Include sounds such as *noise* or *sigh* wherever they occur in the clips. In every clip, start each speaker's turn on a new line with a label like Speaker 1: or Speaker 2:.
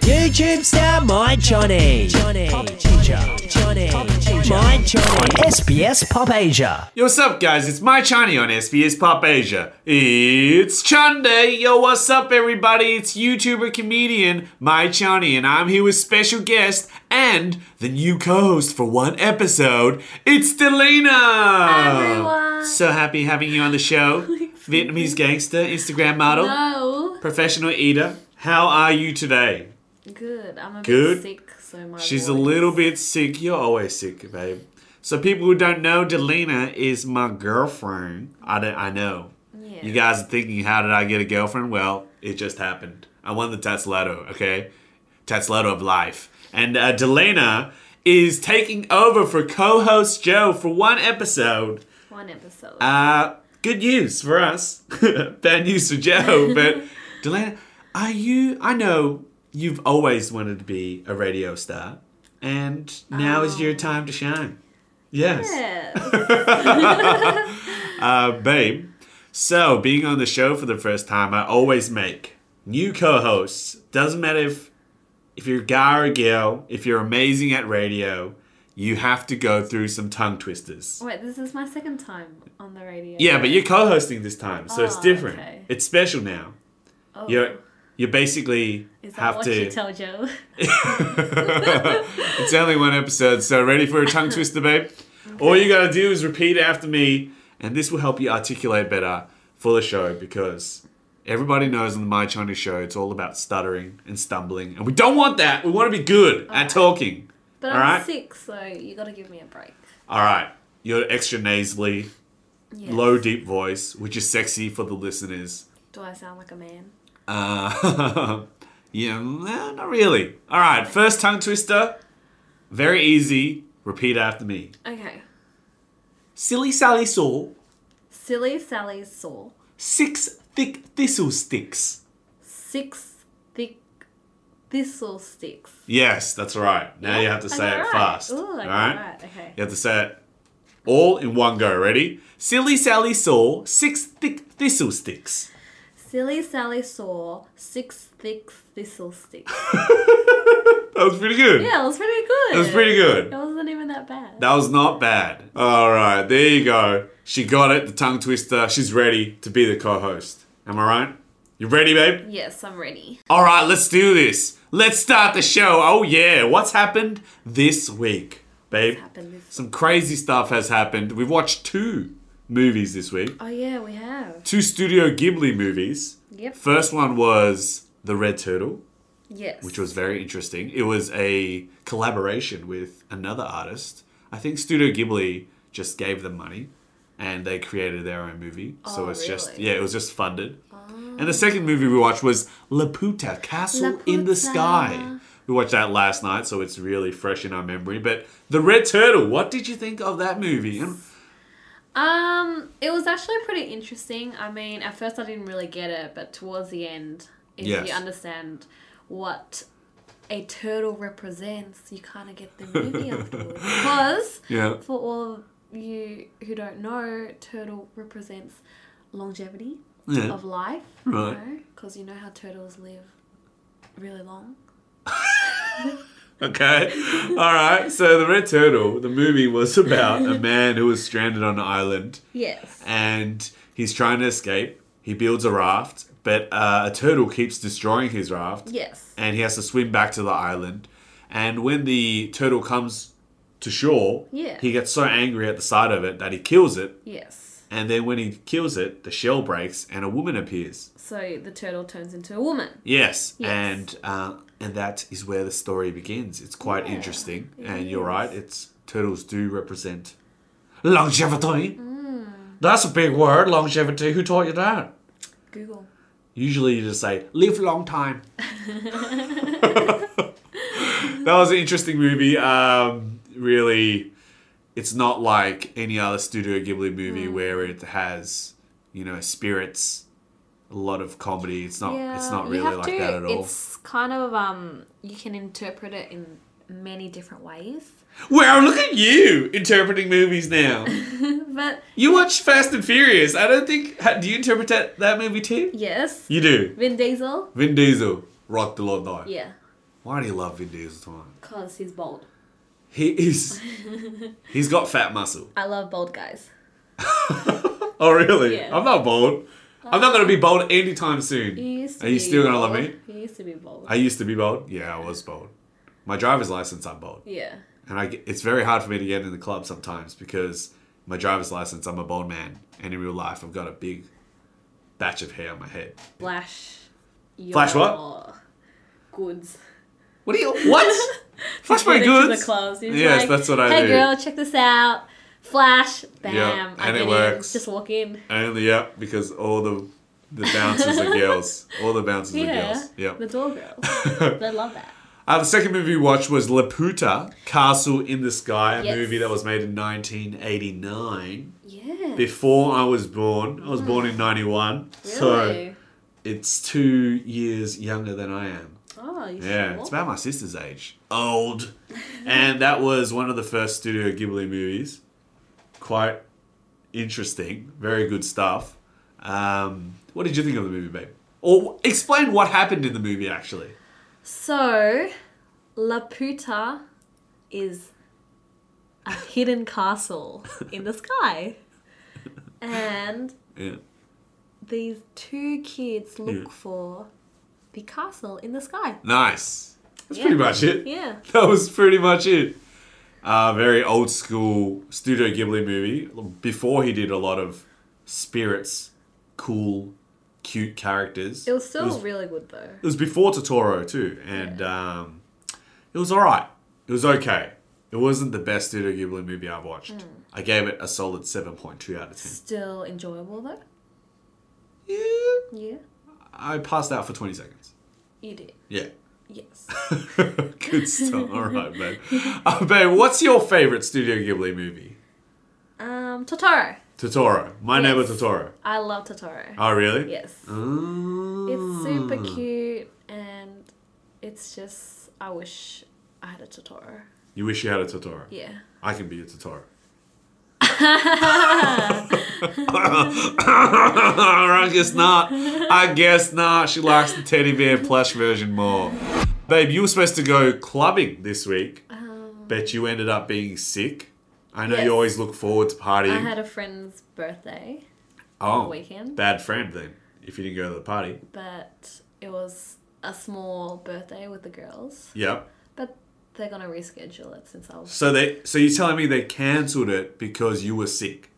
Speaker 1: YouTube star My Johnny. Johnny. Pop Teacher. Johnny. My Johnny. On SBS Pop Asia.
Speaker 2: Yo, what's up, guys? It's my Chani on SBS Pop Asia. It's Chande. Yo, what's up, everybody? It's YouTuber comedian My Chani, and I'm here with special guest and the new co-host for one episode. It's Delena.
Speaker 3: everyone.
Speaker 2: So happy having you on the show. Vietnamese gangster, Instagram model, Oh.
Speaker 3: No.
Speaker 2: professional eater. How are you today?
Speaker 3: Oh, Good. I'm a
Speaker 2: Good.
Speaker 3: bit sick, so my
Speaker 2: She's a
Speaker 3: voice-
Speaker 2: little bit sick. You're always sick, babe. So people who don't know, Delina is my girlfriend. I don't, I know.
Speaker 3: Yeah.
Speaker 2: You guys are thinking, how did I get a girlfriend? Well, it just happened. I won the Tats Lotto, okay? Tats Lotto of life. And uh, Delena is taking over for co-host Joe for one episode.
Speaker 3: One episode.
Speaker 2: Uh, good news for us. *laughs* Bad news for Joe. But Delana, are you? I know you've always wanted to be a radio star, and now is your time to shine. Yes,
Speaker 3: yes.
Speaker 2: Uh, babe. So being on the show for the first time, I always make new co-hosts. Doesn't matter if if you're a guy or a girl, if you're amazing at radio, you have to go through some tongue twisters.
Speaker 3: Wait, this is my second time on the radio.
Speaker 2: Yeah, but you're co-hosting this time, so it's
Speaker 3: Oh,
Speaker 2: different.
Speaker 3: okay.
Speaker 2: It's special now.
Speaker 3: Oh.
Speaker 2: You're you basically
Speaker 3: Is that
Speaker 2: have
Speaker 3: what
Speaker 2: to.
Speaker 3: you *laughs* tell Joe?
Speaker 2: it's only one episode, so ready for a
Speaker 3: *laughs*
Speaker 2: tongue twister, babe? All you gotta do is repeat after me, and this will help you articulate better for the show because everybody knows on the My Chinese show it's all about stuttering and stumbling, and we don't want that. We want to be good at talking.
Speaker 3: But
Speaker 2: all
Speaker 3: I'm
Speaker 2: right,
Speaker 3: sick, so you gotta give me a break.
Speaker 2: all right. You're extra nasally,
Speaker 3: Yeah.
Speaker 2: low deep voice, which is sexy for the listeners.
Speaker 3: Do I sound like a man?
Speaker 2: Uh, *laughs* yeah, nah, not really. All right, first tongue twister. Very easy. Repeat after me.
Speaker 3: Okay.
Speaker 2: Silly Sally saw
Speaker 3: Silly Sally saw
Speaker 2: six thick thistle sticks.
Speaker 3: six thick thistle sticks.
Speaker 2: Yes, that's right. Now you have to
Speaker 3: I
Speaker 2: say
Speaker 3: got
Speaker 2: it
Speaker 3: right.
Speaker 2: fast.
Speaker 3: Ooh, I
Speaker 2: all
Speaker 3: got
Speaker 2: right?
Speaker 3: right. Okay.
Speaker 2: You have to say it all in one go. Ready? Silly Sally saw six thick thistle sticks.
Speaker 3: Silly Sally saw six thick thistle sticks.
Speaker 2: That was pretty good.
Speaker 3: yeah, it was pretty good.
Speaker 2: That was pretty good.
Speaker 3: It wasn't even that bad.
Speaker 2: That was not bad. All right, there you go. She got it, the tongue twister. She's ready to be the co host. Am I right? You ready, babe?
Speaker 3: Yes, I'm ready.
Speaker 2: All right, let's do this. Let's start the show. Oh, yeah. What's happened this week, babe?
Speaker 3: Happened this-
Speaker 2: Some crazy stuff has happened. We've watched two movies this week,
Speaker 3: Oh yeah, we have.
Speaker 2: two Studio Ghibli movies.
Speaker 3: Yep.
Speaker 2: First one was The Red Turtle,
Speaker 3: Yes.
Speaker 2: which was very interesting. It was a collaboration with another artist. I think Studio Ghibli just gave them money and they created their own movie. so
Speaker 3: Oh,
Speaker 2: it's just
Speaker 3: really? Oh.
Speaker 2: yeah, it was just funded. And the second movie we watched was Laputa Castle in the
Speaker 3: Laputa.
Speaker 2: Sky. We watched that last night, so it's really fresh in our memory. But The Red Turtle, what did you think of that movie? And
Speaker 3: um, it was actually pretty interesting. I mean, at first I didn't really get it, but towards the end, if
Speaker 2: Yes.
Speaker 3: you understand what a turtle represents, you kind of get the
Speaker 2: *laughs*
Speaker 3: movie afterwards. Because
Speaker 2: yeah.
Speaker 3: for all of you who don't know, turtle represents longevity
Speaker 2: Yeah.
Speaker 3: of life.
Speaker 2: Right.
Speaker 3: Because you know how turtles live really long.
Speaker 2: *laughs* Okay. All right. So The Red Turtle, the movie was about a man who was stranded on an island
Speaker 3: Yes.
Speaker 2: and he's trying to escape. He builds a raft, but uh, a turtle keeps destroying his raft,
Speaker 3: Yes.
Speaker 2: and he has to swim back to the island. And when the turtle comes to shore,
Speaker 3: Yeah.
Speaker 2: he gets so angry at the sight of it that he kills it.
Speaker 3: Yes.
Speaker 2: And then when he kills it, the shell breaks and a woman appears.
Speaker 3: So the turtle turns into a woman.
Speaker 2: Yes,
Speaker 3: Yes.
Speaker 2: and uh, and that is where the story begins. It's quite
Speaker 3: Yeah,
Speaker 2: interesting,
Speaker 3: it
Speaker 2: and you're
Speaker 3: is.
Speaker 2: right. It's turtles do represent longevity.
Speaker 3: Mm.
Speaker 2: That's a big word, longevity. Who taught you that?
Speaker 3: Google.
Speaker 2: Usually you just say, live long time. *laughs* that was an interesting movie. Um, really, it's not like any other Studio Ghibli
Speaker 3: Hmm.
Speaker 2: movie where it has, you know, spirits, a lot of comedy. It's not Oh, it's not
Speaker 3: you
Speaker 2: really
Speaker 3: have
Speaker 2: like
Speaker 3: to-
Speaker 2: that at all.
Speaker 3: It's kind of um you can interpret it in many different ways.
Speaker 2: Wow, look at you interpreting movies now. *laughs*
Speaker 3: But
Speaker 2: You watch Fast and Furious. I don't think ha- do you interpret that, that movie too?
Speaker 3: yes.
Speaker 2: You do.
Speaker 3: Vin Diesel?
Speaker 2: Vin Diesel, rock the Lord die.
Speaker 3: Yeah.
Speaker 2: Why do you love Vin Diesel so much?
Speaker 3: Because he's bold.
Speaker 2: He is. he's got fat muscle.
Speaker 3: I love bold guys.
Speaker 2: Oh really?
Speaker 3: Yeah.
Speaker 2: I'm not bold. I'm not gonna be bold anytime soon.
Speaker 3: He used to
Speaker 2: Are you
Speaker 3: be
Speaker 2: still gonna love
Speaker 3: bold.
Speaker 2: me?
Speaker 3: He used to be bold.
Speaker 2: I used to be bold. Yeah, I was bold. My driver's license, I'm bold,
Speaker 3: yeah.
Speaker 2: and I. get- It's very hard for me to get in the club sometimes because my driver's license, I'm a bold man, and in real life, I've got a big batch of hair on my head.
Speaker 3: Flash. Your
Speaker 2: Flash what?
Speaker 3: Goods.
Speaker 2: What are you?
Speaker 3: *laughs*
Speaker 2: What? Flash my
Speaker 3: Get into
Speaker 2: goods.
Speaker 3: The clubs. You're just
Speaker 2: Yes,
Speaker 3: like,
Speaker 2: that's what I
Speaker 3: hey
Speaker 2: do.
Speaker 3: Hey girl, check this out. Flash. Bam.
Speaker 2: Yeah,
Speaker 3: I
Speaker 2: and it
Speaker 3: get in.
Speaker 2: works.
Speaker 3: Just walk in.
Speaker 2: Only yeah, because all the the bouncers are girls. All the bouncers are
Speaker 3: Yeah.
Speaker 2: girls. Yep.
Speaker 3: The door
Speaker 2: *laughs*
Speaker 3: girl. they love that.
Speaker 2: Uh, the second movie we watched was Laputa Castle in the Sky, a
Speaker 3: Yes.
Speaker 2: movie that was made in 1989.
Speaker 3: Yeah.
Speaker 2: Before I was born, I was born in 91. So
Speaker 3: Hmm. Really?
Speaker 2: it's two years younger than I am.
Speaker 3: oh, you
Speaker 2: Yeah,
Speaker 3: sure?
Speaker 2: it's about my sister's age. Old. and that was one of the first Studio Ghibli movies. Quite interesting. Very good stuff. Um, what did you think of the movie, babe? Or explain what happened in the movie, actually.
Speaker 3: So, Laputa is
Speaker 2: *laughs*
Speaker 3: a hidden castle in the sky. And
Speaker 2: Yeah.
Speaker 3: these two kids look
Speaker 2: Yeah.
Speaker 3: for the castle in the sky.
Speaker 2: Nice. That's
Speaker 3: Yeah.
Speaker 2: pretty much it.
Speaker 3: Yeah.
Speaker 2: *laughs* That was pretty much it. Uh, very old school Studio Ghibli movie. Before he did a lot of spirits, cool, cute characters.
Speaker 3: It was still
Speaker 2: It was,
Speaker 3: really good though.
Speaker 2: it was before Totoro too, and um, it was all right. It was okay. It wasn't the best Studio Ghibli movie I've watched.
Speaker 3: Hmm.
Speaker 2: I gave it a solid seven point two out of ten.
Speaker 3: Still enjoyable though.
Speaker 2: Yeah,
Speaker 3: Yeah.
Speaker 2: I passed out for twenty seconds.
Speaker 3: You did.
Speaker 2: Yeah. *laughs*
Speaker 3: Yes.
Speaker 2: Good stuff. All right,
Speaker 3: *laughs*
Speaker 2: babe. Uh, babe, what's your favorite Studio Ghibli movie?
Speaker 3: um, Totoro.
Speaker 2: Totoro. My neighbor
Speaker 3: Yes.
Speaker 2: Totoro.
Speaker 3: I love Totoro.
Speaker 2: Oh, really?
Speaker 3: Yes.
Speaker 2: Mm.
Speaker 3: It's super cute and it's just I wish I had a Totoro.
Speaker 2: You wish you had a Totoro.
Speaker 3: Yeah.
Speaker 2: I can be a
Speaker 3: *laughs*
Speaker 2: Totoro. *laughs* I guess not. I guess not. She likes the teddy bear plush version more. Babe, you were supposed to go clubbing this week,
Speaker 3: Um,
Speaker 2: but you ended up being sick. I know
Speaker 3: Yes.
Speaker 2: you always look forward to partying.
Speaker 3: I had a friend's birthday,
Speaker 2: oh,
Speaker 3: weekend.
Speaker 2: bad friend then. If you didn't go to the party.
Speaker 3: but it was a small birthday with the girls.
Speaker 2: Yep.
Speaker 3: But they're gonna reschedule it since I was
Speaker 2: So they. So you're telling me they cancelled it because you were sick.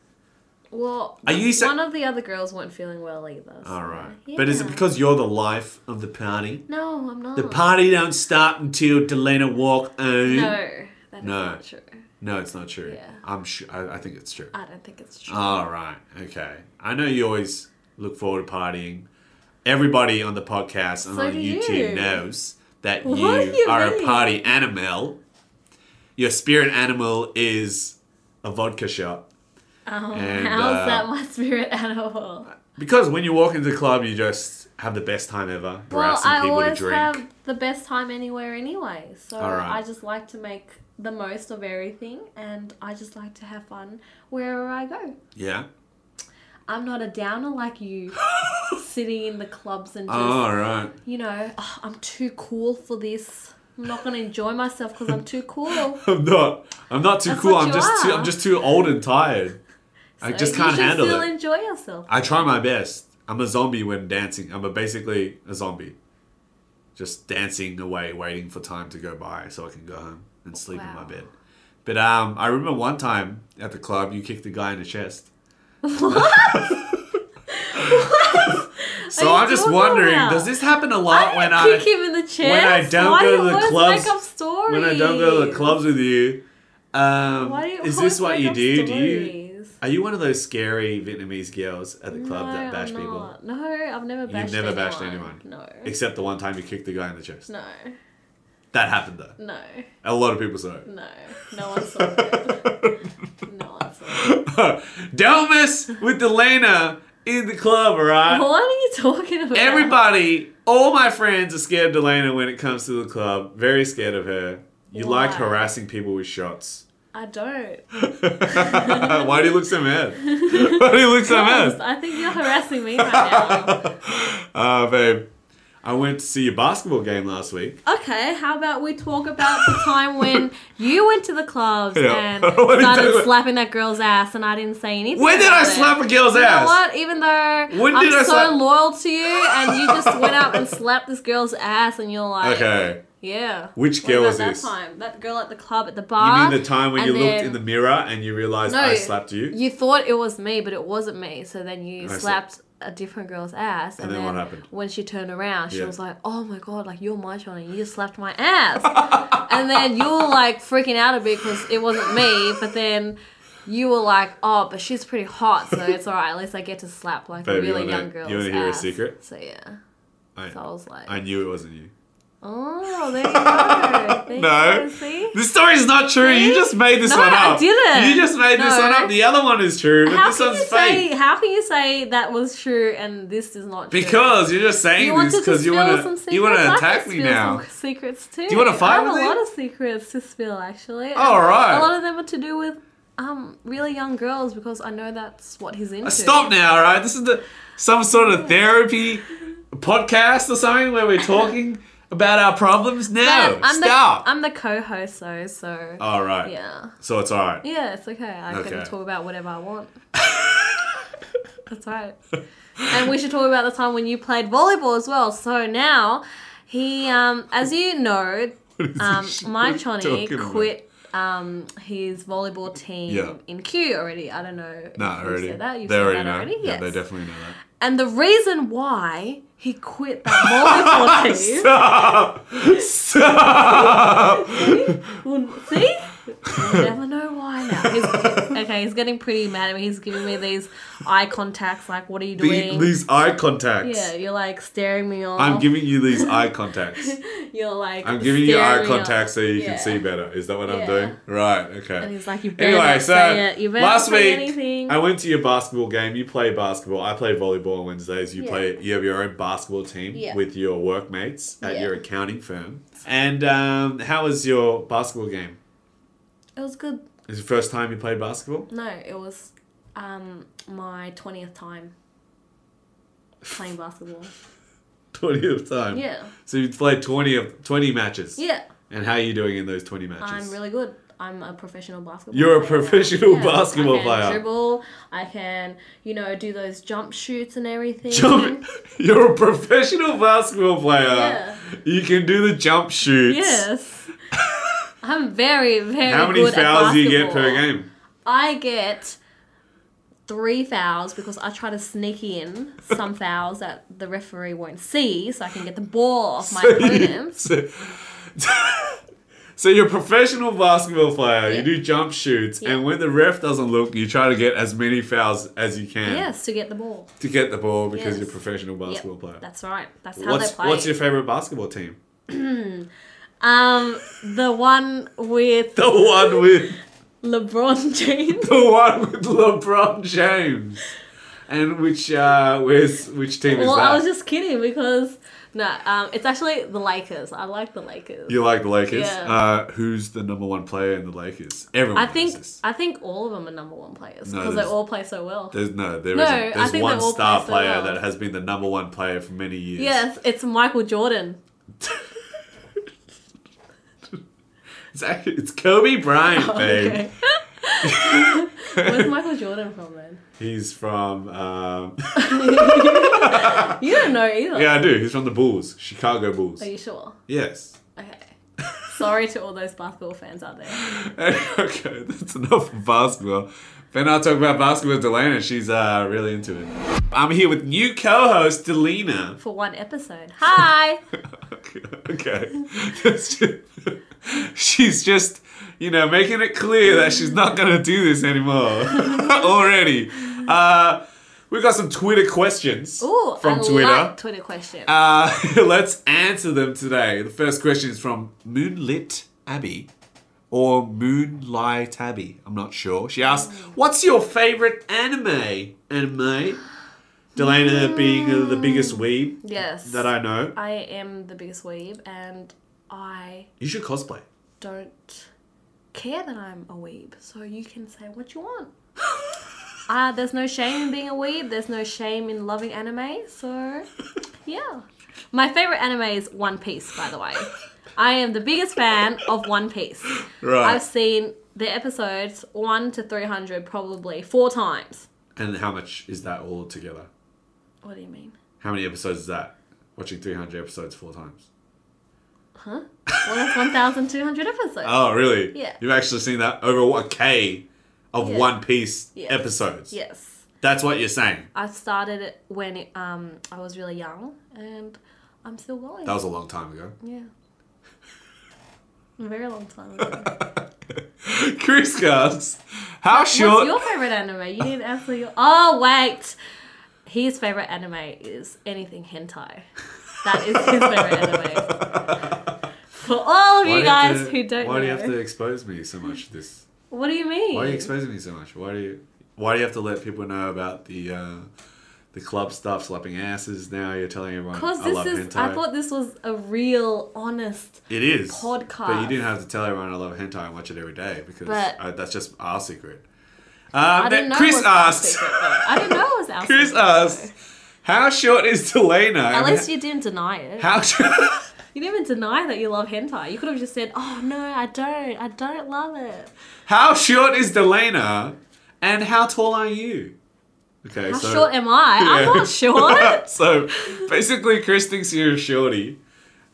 Speaker 3: well.
Speaker 2: Are you sa-
Speaker 3: one of the other girls weren't feeling well either. so,
Speaker 2: All right. But is it
Speaker 3: yeah.
Speaker 2: because you're the life of the party?
Speaker 3: No, I'm not.
Speaker 2: The party don't start until Delena walk home.
Speaker 3: No, that's
Speaker 2: No.
Speaker 3: not true.
Speaker 2: No, it's not true.
Speaker 3: Yeah.
Speaker 2: I'm sure. I, I think it's true.
Speaker 3: I don't think it's true.
Speaker 2: All right. Okay. I know you always look forward to partying. Everybody on the podcast and
Speaker 3: So
Speaker 2: on
Speaker 3: do
Speaker 2: YouTube
Speaker 3: you.
Speaker 2: knows that you,
Speaker 3: What do you
Speaker 2: are a
Speaker 3: mean?
Speaker 2: party animal. Your spirit animal is a vodka shot.
Speaker 3: um,
Speaker 2: and,
Speaker 3: *laughs* how's
Speaker 2: uh,
Speaker 3: that my spirit animal?
Speaker 2: Because when you walk into the club, you just have the best time ever.
Speaker 3: Well,
Speaker 2: harassing
Speaker 3: I
Speaker 2: people to
Speaker 3: always
Speaker 2: drink.
Speaker 3: have the best time anywhere anyway. So
Speaker 2: All right.
Speaker 3: I just like to make the most of everything and I just like to have fun wherever I go.
Speaker 2: Yeah.
Speaker 3: I'm not a downer
Speaker 2: *laughs*
Speaker 3: like you, sitting in the clubs and just, *laughs*
Speaker 2: All Oh, right.
Speaker 3: you know, "Oh, I'm too cool for this. I'm not gonna enjoy myself because I'm too
Speaker 2: *laughs*
Speaker 3: cool.
Speaker 2: I'm not. I'm not too
Speaker 3: That's
Speaker 2: cool.
Speaker 3: what
Speaker 2: I'm
Speaker 3: you
Speaker 2: just. Too,
Speaker 3: are.
Speaker 2: I'm just too old and tired. I
Speaker 3: So
Speaker 2: just can't
Speaker 3: Uh, you should
Speaker 2: handle
Speaker 3: still
Speaker 2: it.
Speaker 3: enjoy yourself.
Speaker 2: I try my best. I'm a zombie when dancing. I'm a basically a zombie, just dancing away, waiting for time to go by so I can go home and sleep in my
Speaker 3: Wow.
Speaker 2: bed. But um, I remember one time at the club, you kicked a guy in the
Speaker 3: *laughs*
Speaker 2: chest. *laughs* so
Speaker 3: Are you
Speaker 2: I'm just
Speaker 3: talking
Speaker 2: wondering,
Speaker 3: about?
Speaker 2: does this happen a
Speaker 3: I
Speaker 2: lot
Speaker 3: didn't
Speaker 2: when
Speaker 3: kick
Speaker 2: I
Speaker 3: him in the chest.
Speaker 2: I don't
Speaker 3: Why
Speaker 2: go
Speaker 3: do
Speaker 2: to
Speaker 3: you
Speaker 2: the
Speaker 3: always
Speaker 2: clubs-
Speaker 3: Make up stories?
Speaker 2: when I don't go to the clubs with you? Um,
Speaker 3: Why do you
Speaker 2: is
Speaker 3: always
Speaker 2: this what
Speaker 3: make
Speaker 2: you
Speaker 3: up
Speaker 2: do? Do you
Speaker 3: stories?
Speaker 2: are you one of those scary Vietnamese girls at the club that
Speaker 3: No,
Speaker 2: bash
Speaker 3: I'm
Speaker 2: people?
Speaker 3: not. No, I've never bashed
Speaker 2: never bashed
Speaker 3: No.
Speaker 2: Except the one time you kicked the guy in the chest.
Speaker 3: No.
Speaker 2: That happened though.
Speaker 3: No.
Speaker 2: A lot of people saw it. *laughs*
Speaker 3: No. No one saw it. *laughs* No one saw it.
Speaker 2: Delmas with Delana in the club, alright?
Speaker 3: What are you talking about?
Speaker 2: Everybody, all my friends are scared of Delana when it comes to the club. Very scared of her. You like
Speaker 3: Why?
Speaker 2: harassing people with shots. *laughs*
Speaker 3: I don't.
Speaker 2: Why do you look so mad? *laughs* Why do you look so
Speaker 3: Honest,
Speaker 2: mad? *laughs*
Speaker 3: I think you're harassing me right now.
Speaker 2: Ah, Uh, babe. I went to see a basketball game last week.
Speaker 3: Okay, how about we talk about the time when you went to the clubs
Speaker 2: Yeah. *laughs*
Speaker 3: and
Speaker 2: What are you talking
Speaker 3: started
Speaker 2: about?
Speaker 3: slapping that girl's ass and I didn't say anything?
Speaker 2: When did I
Speaker 3: about it?
Speaker 2: slap a girl's
Speaker 3: You know
Speaker 2: ass?
Speaker 3: what? Even though
Speaker 2: When
Speaker 3: I'm
Speaker 2: did I
Speaker 3: so
Speaker 2: slap-
Speaker 3: loyal to you and you just went out and slapped this girl's ass and you're like,
Speaker 2: Okay.
Speaker 3: yeah.
Speaker 2: Which
Speaker 3: What
Speaker 2: girl
Speaker 3: about
Speaker 2: was
Speaker 3: that
Speaker 2: this?
Speaker 3: time? That girl at the club at the
Speaker 2: You
Speaker 3: bar.
Speaker 2: mean the time when
Speaker 3: and
Speaker 2: you looked
Speaker 3: then-
Speaker 2: in the mirror and you realized
Speaker 3: No,
Speaker 2: I slapped you?
Speaker 3: You thought it was me, but it wasn't me. So then you
Speaker 2: I see.
Speaker 3: slapped a different girl's ass, and,
Speaker 2: then
Speaker 3: then,
Speaker 2: what happened?
Speaker 3: When she turned around, she
Speaker 2: Yeah.
Speaker 3: was like, "Oh my god, like you're my Johnny, you just slapped my ass," *laughs* and then you were like freaking out a bit because it wasn't me. But then you were like, "Oh, but she's pretty hot, so it's all right. At least I get to slap like
Speaker 2: Babe,
Speaker 3: a
Speaker 2: you
Speaker 3: really
Speaker 2: wanna-
Speaker 3: young
Speaker 2: you
Speaker 3: girl's
Speaker 2: wanna hear a
Speaker 3: ass."
Speaker 2: secret?
Speaker 3: So yeah,
Speaker 2: I,
Speaker 3: so I was like,
Speaker 2: I knew it wasn't you.
Speaker 3: "Oh, there you go. There you
Speaker 2: *laughs* No.
Speaker 3: go. See."
Speaker 2: This story's not true. You
Speaker 3: See?
Speaker 2: just made this
Speaker 3: No,
Speaker 2: one
Speaker 3: I
Speaker 2: up.
Speaker 3: didn't.
Speaker 2: You just made this
Speaker 3: No.
Speaker 2: one up. The other one is true, but
Speaker 3: How
Speaker 2: this
Speaker 3: can
Speaker 2: one's
Speaker 3: you
Speaker 2: fake.
Speaker 3: say? How can you say that was true and this is not true?
Speaker 2: Because you're just saying
Speaker 3: You
Speaker 2: this
Speaker 3: wanted to
Speaker 2: because you
Speaker 3: spill
Speaker 2: want
Speaker 3: some
Speaker 2: to
Speaker 3: secrets.
Speaker 2: you want to
Speaker 3: I
Speaker 2: attack
Speaker 3: can
Speaker 2: me
Speaker 3: spill
Speaker 2: now.
Speaker 3: Some secrets too.
Speaker 2: you wanna fight
Speaker 3: I have
Speaker 2: with
Speaker 3: a
Speaker 2: me?
Speaker 3: lot of secrets to spill, actually.
Speaker 2: All right.
Speaker 3: A lot of them are to do with um really young girls because I know that's what he's into.
Speaker 2: Uh, Stop now, all right? This is the some sort of therapy podcast or something where we're talking about our problems. No,
Speaker 3: But I'm
Speaker 2: stop. Oh.
Speaker 3: The, I'm the co-host though, so
Speaker 2: all right.
Speaker 3: yeah,
Speaker 2: So it's all right.
Speaker 3: yeah, it's okay. I can
Speaker 2: Okay.
Speaker 3: talk about whatever
Speaker 2: *laughs*
Speaker 3: I want. that's right. And we should talk about the time when you played volleyball as well. So now he, um, as you
Speaker 2: *laughs*
Speaker 3: know, um,
Speaker 2: What are
Speaker 3: my
Speaker 2: you
Speaker 3: Johnny
Speaker 2: talking about?
Speaker 3: quit um, his volleyball team
Speaker 2: Yeah.
Speaker 3: in Q already. I don't know.
Speaker 2: No,
Speaker 3: if you
Speaker 2: already.
Speaker 3: Said that. You've
Speaker 2: they
Speaker 3: said
Speaker 2: already
Speaker 3: that
Speaker 2: know.
Speaker 3: already.
Speaker 2: Yeah,
Speaker 3: Yes.
Speaker 2: they definitely know that.
Speaker 3: *laughs* and the reason why he quit that
Speaker 2: *laughs*
Speaker 3: volleyball team.
Speaker 2: Stop! Stop!
Speaker 3: Well, see? You never know why now. He's, okay, he's getting pretty mad at me. He's giving me these eye contacts, like, what are you
Speaker 2: The-
Speaker 3: doing?
Speaker 2: these eye contacts.
Speaker 3: yeah, you're like staring me off.
Speaker 2: I'm giving you
Speaker 3: *laughs*
Speaker 2: these eye contacts.
Speaker 3: You're like.
Speaker 2: I'm giving you
Speaker 3: staring
Speaker 2: eye
Speaker 3: me off.
Speaker 2: contacts so you
Speaker 3: Yeah.
Speaker 2: can see better. Is that what I'm
Speaker 3: Yeah.
Speaker 2: doing? Right. Okay.
Speaker 3: And he's like, you better
Speaker 2: Anyway,
Speaker 3: not
Speaker 2: so
Speaker 3: say it. You better
Speaker 2: last
Speaker 3: not say
Speaker 2: week
Speaker 3: anything.
Speaker 2: I went to your basketball game. You play basketball. I play volleyball on Wednesdays. You
Speaker 3: Yeah.
Speaker 2: play. You have your own basketball team
Speaker 3: Yeah.
Speaker 2: with your workmates at
Speaker 3: Yeah.
Speaker 2: your accounting firm. And um, how was your basketball game?
Speaker 3: it was good.
Speaker 2: Is it the first time you played basketball? *laughs*
Speaker 3: No, it was um, my 20th time playing basketball.
Speaker 2: Twentieth time.
Speaker 3: Yeah.
Speaker 2: So you played twenty of twenty matches.
Speaker 3: Yeah,
Speaker 2: And how are you doing in those twenty matches?
Speaker 3: I'm really good. I'm a professional basketball
Speaker 2: You're a
Speaker 3: player now.
Speaker 2: professional basketball
Speaker 3: I can
Speaker 2: player.
Speaker 3: dribble. I can, you know, do those jump shoots and everything.
Speaker 2: Jump, *laughs* you're a professional basketball player.
Speaker 3: Yeah.
Speaker 2: You can do the jump shoots.
Speaker 3: *laughs*
Speaker 2: *laughs*
Speaker 3: Yes. I'm very, very
Speaker 2: How many
Speaker 3: good at
Speaker 2: fouls do you get per
Speaker 3: basketball.
Speaker 2: game?
Speaker 3: I get three fouls because I try to sneak in
Speaker 2: *laughs*
Speaker 3: some fouls that the referee won't see so I can get the ball off my
Speaker 2: *laughs*
Speaker 3: opponents.
Speaker 2: so, so you're a professional basketball player. You
Speaker 3: Yeah.
Speaker 2: do jump shoots,
Speaker 3: Yeah.
Speaker 2: and when the ref doesn't look, you try to get as many fouls as you can
Speaker 3: Yes, to get the ball.
Speaker 2: to get the ball because
Speaker 3: Yes.
Speaker 2: you're a professional
Speaker 3: Yep,
Speaker 2: basketball player.
Speaker 3: that's right. That's how
Speaker 2: What's
Speaker 3: they play.
Speaker 2: what's your favorite basketball team? *laughs*
Speaker 3: um, the one
Speaker 2: *laughs*
Speaker 3: with
Speaker 2: The one with
Speaker 3: LeBron *laughs* James.
Speaker 2: the one with LeBron James. And which uh, where's which team is
Speaker 3: Well,
Speaker 2: that?
Speaker 3: I was just kidding because no, um, it's actually the Lakers. I like the Lakers.
Speaker 2: You like the Lakers?
Speaker 3: Yeah.
Speaker 2: Uh, who's the number one player in the Lakers? Everyone.
Speaker 3: I
Speaker 2: knows
Speaker 3: think
Speaker 2: this.
Speaker 3: I think all of them are number one players
Speaker 2: No,
Speaker 3: because they
Speaker 2: there's-
Speaker 3: all play so well.
Speaker 2: there's no, there
Speaker 3: No,
Speaker 2: not
Speaker 3: I
Speaker 2: There's
Speaker 3: think they
Speaker 2: one
Speaker 3: all
Speaker 2: star
Speaker 3: play so
Speaker 2: player
Speaker 3: well.
Speaker 2: that has been the number one player for many years.
Speaker 3: Yes, it's Michael Jordan.
Speaker 2: It's, actually, it's Kobe Bryant,
Speaker 3: *laughs*
Speaker 2: babe.
Speaker 3: Oh, Okay.
Speaker 2: *laughs*
Speaker 3: Where's Michael Jordan from, man?
Speaker 2: He's from. Um, *laughs*
Speaker 3: You don't know either.
Speaker 2: yeah, I do. He's from the Bulls, Chicago Bulls.
Speaker 3: Are you sure?
Speaker 2: Yes. *laughs*
Speaker 3: Okay. Sorry to all those basketball fans out there.
Speaker 2: okay, that's enough of basketball. Then I'll talk about basketball with Delana. She's uh, really into it. I'm here with new co-host Delana.
Speaker 3: For one episode. Hi!
Speaker 2: *laughs* okay. That's ju- *laughs* she's just, you know, making it clear that she's not going to do this anymore *laughs* already. Uh, we've got some Twitter questions
Speaker 3: Ooh,
Speaker 2: from
Speaker 3: I
Speaker 2: Twitter.
Speaker 3: Like Twitter question.
Speaker 2: uh, *laughs* let's answer them today. The first question is from Moonlit Abby or Moonlight Abby. I'm not sure. She asks, What's your favorite anime? Anime? Delana being uh, the biggest weeb
Speaker 3: yes.
Speaker 2: that I know.
Speaker 3: I am the biggest weeb and I
Speaker 2: You should cosplay.
Speaker 3: don't care that I'm a weeb, so you can say what you *laughs* want. Ah, *laughs* Uh, there's no shame in being a weeb, there's no shame in loving anime, so yeah. My favorite anime is One Piece, by the way. I am the biggest fan of One Piece.
Speaker 2: Right.
Speaker 3: I've seen the episodes 1 to 300 probably four times.
Speaker 2: And how much is that all together?
Speaker 3: What do you mean?
Speaker 2: How many episodes is that? Watching 300 episodes four times.
Speaker 3: Well, that's 1,200 episodes.
Speaker 2: Oh, really?
Speaker 3: Yeah.
Speaker 2: You've actually seen that over a K of
Speaker 3: Yeah.
Speaker 2: One Piece
Speaker 3: Yeah.
Speaker 2: episodes.
Speaker 3: Yes.
Speaker 2: That's what you're saying.
Speaker 3: I started it when it, um, I was really young and I'm still going.
Speaker 2: That was a long time ago.
Speaker 3: yeah. A very long time ago.
Speaker 2: Chris Gus, how short?
Speaker 3: What's your favorite anime? You didn't answer your. Oh wait, his favorite anime is anything hentai. That is his favorite anime. For all of
Speaker 2: Why do
Speaker 3: you guys
Speaker 2: have to-
Speaker 3: who don't
Speaker 2: Why
Speaker 3: know,
Speaker 2: do you have to expose me so much? to This.
Speaker 3: what do you mean?
Speaker 2: Why are you exposing me so much? Why do you? Why do you have to let people know about the uh, the club stuff, slapping asses? Now you're telling everyone.
Speaker 3: because
Speaker 2: I love
Speaker 3: this is,
Speaker 2: hentai.
Speaker 3: I thought this was a real, honest.
Speaker 2: It is but you
Speaker 3: podcast.
Speaker 2: didn't have to tell everyone I love hentai and watch it every day because
Speaker 3: But-
Speaker 2: uh, that's just our secret. Um,
Speaker 3: I
Speaker 2: that-
Speaker 3: didn't know it
Speaker 2: Chris
Speaker 3: was our
Speaker 2: asked.
Speaker 3: secret, though. I didn't know it was our
Speaker 2: *laughs* Chris
Speaker 3: secret,
Speaker 2: asked,
Speaker 3: though.
Speaker 2: "How short is Delana?"
Speaker 3: At least you didn't deny it.
Speaker 2: how. *laughs* short-
Speaker 3: You didn't even deny that you love hentai. You could have just said, "Oh no, I don't. I don't love it."
Speaker 2: How short is Delana? And how tall are you? Okay,
Speaker 3: How
Speaker 2: so
Speaker 3: short am I? I'm
Speaker 2: Yeah. *laughs*
Speaker 3: not short.
Speaker 2: so basically, Chris thinks you're a shorty.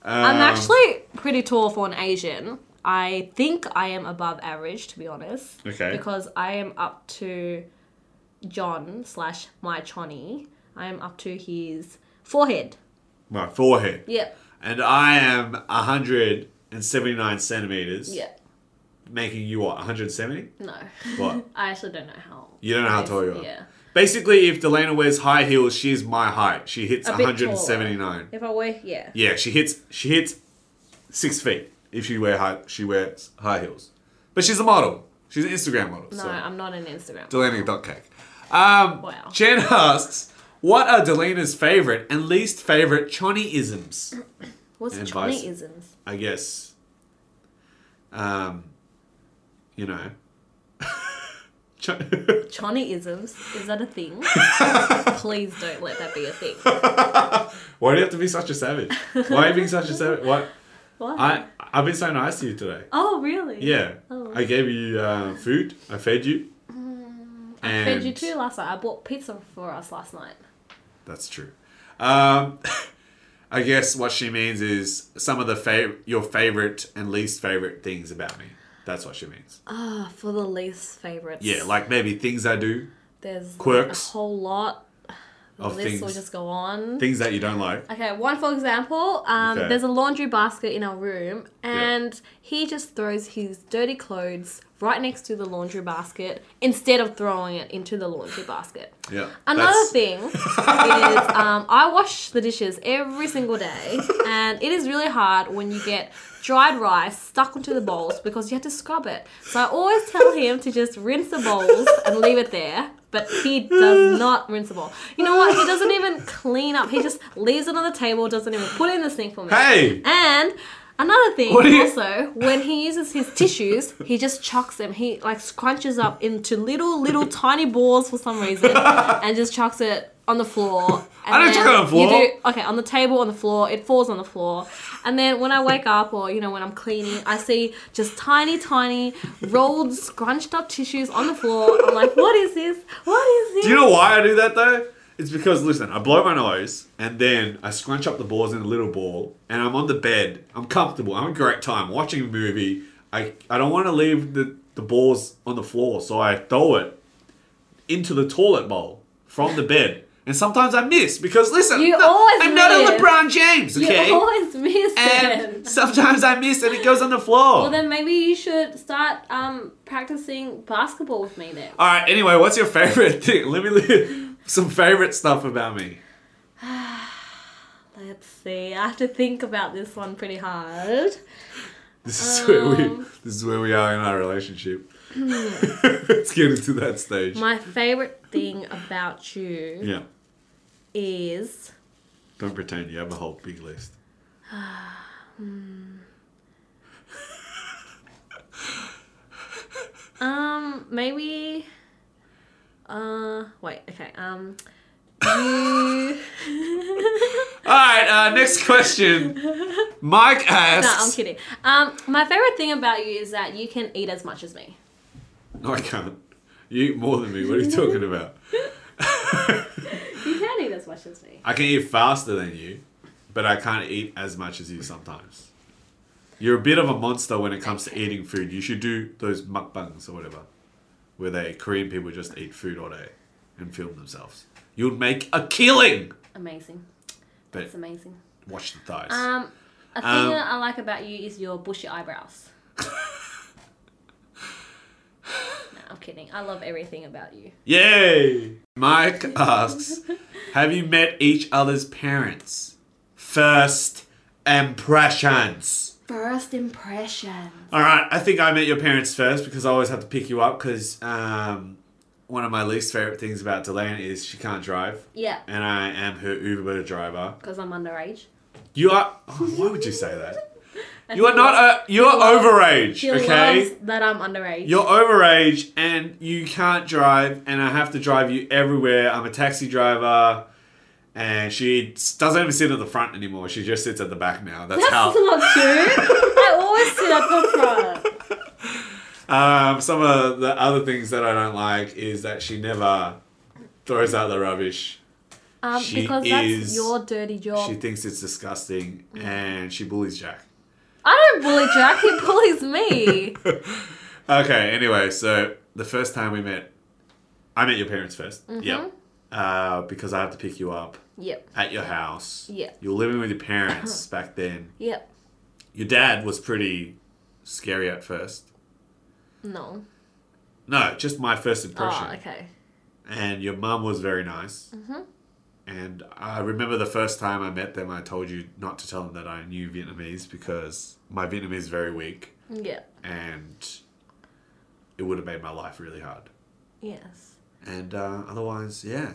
Speaker 2: Um,
Speaker 3: I'm actually pretty tall for an Asian. I think I am above average, to be honest.
Speaker 2: Okay.
Speaker 3: Because I am up to John slash my Chonny. I am up to his forehead.
Speaker 2: my forehead,
Speaker 3: Yep.
Speaker 2: and I am 179 centimeters.
Speaker 3: Yep.
Speaker 2: making you what 170?
Speaker 3: No.
Speaker 2: What?
Speaker 3: *laughs* I actually don't know how.
Speaker 2: You
Speaker 3: *laughs*
Speaker 2: don't know how tall you are.
Speaker 3: Yeah.
Speaker 2: Basically, if Delana wears high heels, she is my height. She hits
Speaker 3: A bit
Speaker 2: 179.
Speaker 3: If I were, yeah.
Speaker 2: Yeah, she hits she hits six feet if she wear high she wears high heels. But she's a model. She's an Instagram model.
Speaker 3: No,
Speaker 2: so.
Speaker 3: I'm not an Instagram.
Speaker 2: Delana a dot cake. Um,
Speaker 3: Wow.
Speaker 2: Jen asks, what are Delana's favourite and least favourite Chonny-isms?
Speaker 3: What's
Speaker 2: and vice-
Speaker 3: Johnnyisms?
Speaker 2: I guess, um, you know. *laughs* Chon- *laughs*
Speaker 3: Johnnyisms? Is that a thing? Please don't let that be a thing.
Speaker 2: Why do you have to be such a savage? Why are you being such a savage? What?
Speaker 3: What?
Speaker 2: I, I've been so nice to you today.
Speaker 3: oh, really?
Speaker 2: Yeah.
Speaker 3: Oh.
Speaker 2: I gave you uh, food. I fed you.
Speaker 3: Mm, I fed you
Speaker 2: And-
Speaker 3: too last night. I bought pizza for us last night.
Speaker 2: That's true. Um, *laughs* I guess what she means is some of the fav- your favorite and least favorite things about me. That's what she means.
Speaker 3: Ah, for the least favorites.
Speaker 2: Yeah, like maybe things I do,
Speaker 3: there's
Speaker 2: quirks
Speaker 3: a whole lot. The
Speaker 2: of
Speaker 3: list will
Speaker 2: things,
Speaker 3: just go on.
Speaker 2: things that you don't like.
Speaker 3: Okay, one for example. Um,
Speaker 2: Okay.
Speaker 3: There's a laundry basket in our room, and he just throws his dirty clothes right next to the laundry basket instead of throwing it into the laundry basket.
Speaker 2: Yeah.
Speaker 3: Another
Speaker 2: that's- *laughs*
Speaker 3: thing is, um, I wash the dishes every single day, and it is really hard when you get dried rice stuck onto the bowls because you have to scrub it. So I always tell him to just rinse the bowls and leave it there, but he does not rinse the bowl. You know what? He doesn't even clean up. He just leaves it on the table, doesn't even put it in the sink for me.
Speaker 2: Hey!
Speaker 3: And another thing
Speaker 2: What do you-
Speaker 3: also, when he uses his tissues, he just chucks them. He like scrunches up into little, little tiny balls for some
Speaker 2: *laughs*
Speaker 3: reason and just chucks it on the floor. And
Speaker 2: I don't chuck it on the
Speaker 3: you
Speaker 2: floor.
Speaker 3: do- okay, on the table, on the floor, it falls on the floor. And then when I wake up or, you know, when I'm cleaning, I see just tiny, tiny, rolled, scrunched up tissues on the floor. I'm like, what is this? What is this?
Speaker 2: Do you know why I do that though? It's because listen, I blow my nose and then I scrunch up the balls in a little ball, and I'm on the bed. I'm comfortable. I'm a great time watching a movie. I I don't want to leave the the balls on the floor, so I throw it into the toilet bowl from the bed. And sometimes I miss because listen,
Speaker 3: You
Speaker 2: I'm
Speaker 3: always
Speaker 2: I'm not a
Speaker 3: miss.
Speaker 2: LeBron James,
Speaker 3: You *laughs*
Speaker 2: okay?
Speaker 3: always miss it.
Speaker 2: and sometimes I miss and it goes on the floor.
Speaker 3: Well, then maybe you should start um, practicing basketball with me then.
Speaker 2: All right. Anyway, what's your favorite thing? Let me li- some favorite stuff about me.
Speaker 3: Let's see. I have to think about this one pretty hard.
Speaker 2: This is where we
Speaker 3: Um,
Speaker 2: this is where we are in our relationship. *laughs* Let's get into that stage.
Speaker 3: hmm. My favorite thing about you
Speaker 2: yeah.
Speaker 3: is
Speaker 2: Don't pretend you have a whole big list.
Speaker 3: um maybe uh wait okay um you
Speaker 2: I right, uh, next
Speaker 3: *laughs*
Speaker 2: question. Mike
Speaker 3: No, I'm
Speaker 2: asks.
Speaker 3: kidding. Um, my favorite thing about you is that you can eat as much as me.
Speaker 2: No, I can't. You eat more than me. What are you talking
Speaker 3: *laughs*
Speaker 2: about?
Speaker 3: You can eat as much as me.
Speaker 2: I can eat faster than you, but I can't eat as much as you sometimes. You're a bit of a monster when it comes to eating food. You should do those mukbangs or whatever, where they Korean people just eat food all day and film themselves. You'd make a killing.
Speaker 3: Amazing.
Speaker 2: But
Speaker 3: It's amazing.
Speaker 2: watch the thighs.
Speaker 3: Um, a thing
Speaker 2: Um,
Speaker 3: that I like about you is your bushy
Speaker 2: *laughs*
Speaker 3: eyebrows. no, I'm kidding. I love everything about you.
Speaker 2: Yay! Mike asks, "Have you met each other's parents? First impressions."
Speaker 3: First impression.
Speaker 2: All right, I think I met your parents first because I always have to pick you up because um, one of my least favorite things about Delaney is she can't drive,
Speaker 3: Yeah,
Speaker 2: and I am her Uber driver.
Speaker 3: because I'm underage.
Speaker 2: You are. Oh, why would you say that?
Speaker 3: And
Speaker 2: You are
Speaker 3: he
Speaker 2: not.
Speaker 3: loves-
Speaker 2: A, you are overage.
Speaker 3: He
Speaker 2: Okay.
Speaker 3: loves that I'm underage.
Speaker 2: You're overage and you can't drive, and I have to drive you everywhere. I'm a taxi driver, and she s- doesn't even sit at the front anymore. She just sits at the back now. That's,
Speaker 3: That's
Speaker 2: how.
Speaker 3: *laughs* not
Speaker 2: *laughs*
Speaker 3: true. I always sit at the front.
Speaker 2: Um, some of the other things that I don't like is that she never throws out the rubbish.
Speaker 3: Um,
Speaker 2: She
Speaker 3: because
Speaker 2: is-
Speaker 3: that's your dirty job.
Speaker 2: She thinks it's disgusting and she bullies Jack.
Speaker 3: I don't bully Jack. He bullies
Speaker 2: *laughs*
Speaker 3: me.
Speaker 2: Okay, anyway, so the first time we met, I met your parents 1st Yep. Uh, because I have to pick you up
Speaker 3: yep.
Speaker 2: at your house.
Speaker 3: Yeah.
Speaker 2: You were living with your parents back then.
Speaker 3: Yep.
Speaker 2: Your dad was pretty scary at first.
Speaker 3: No.
Speaker 2: No, just my first impression.
Speaker 3: Oh, okay.
Speaker 2: and your mum was very nice. And I remember the first time I met them, I told you not to tell them that I knew Vietnamese because my Vietnamese is very weak
Speaker 3: Yeah.
Speaker 2: and it would have made my life really hard.
Speaker 3: Yes.
Speaker 2: And uh, otherwise, yeah.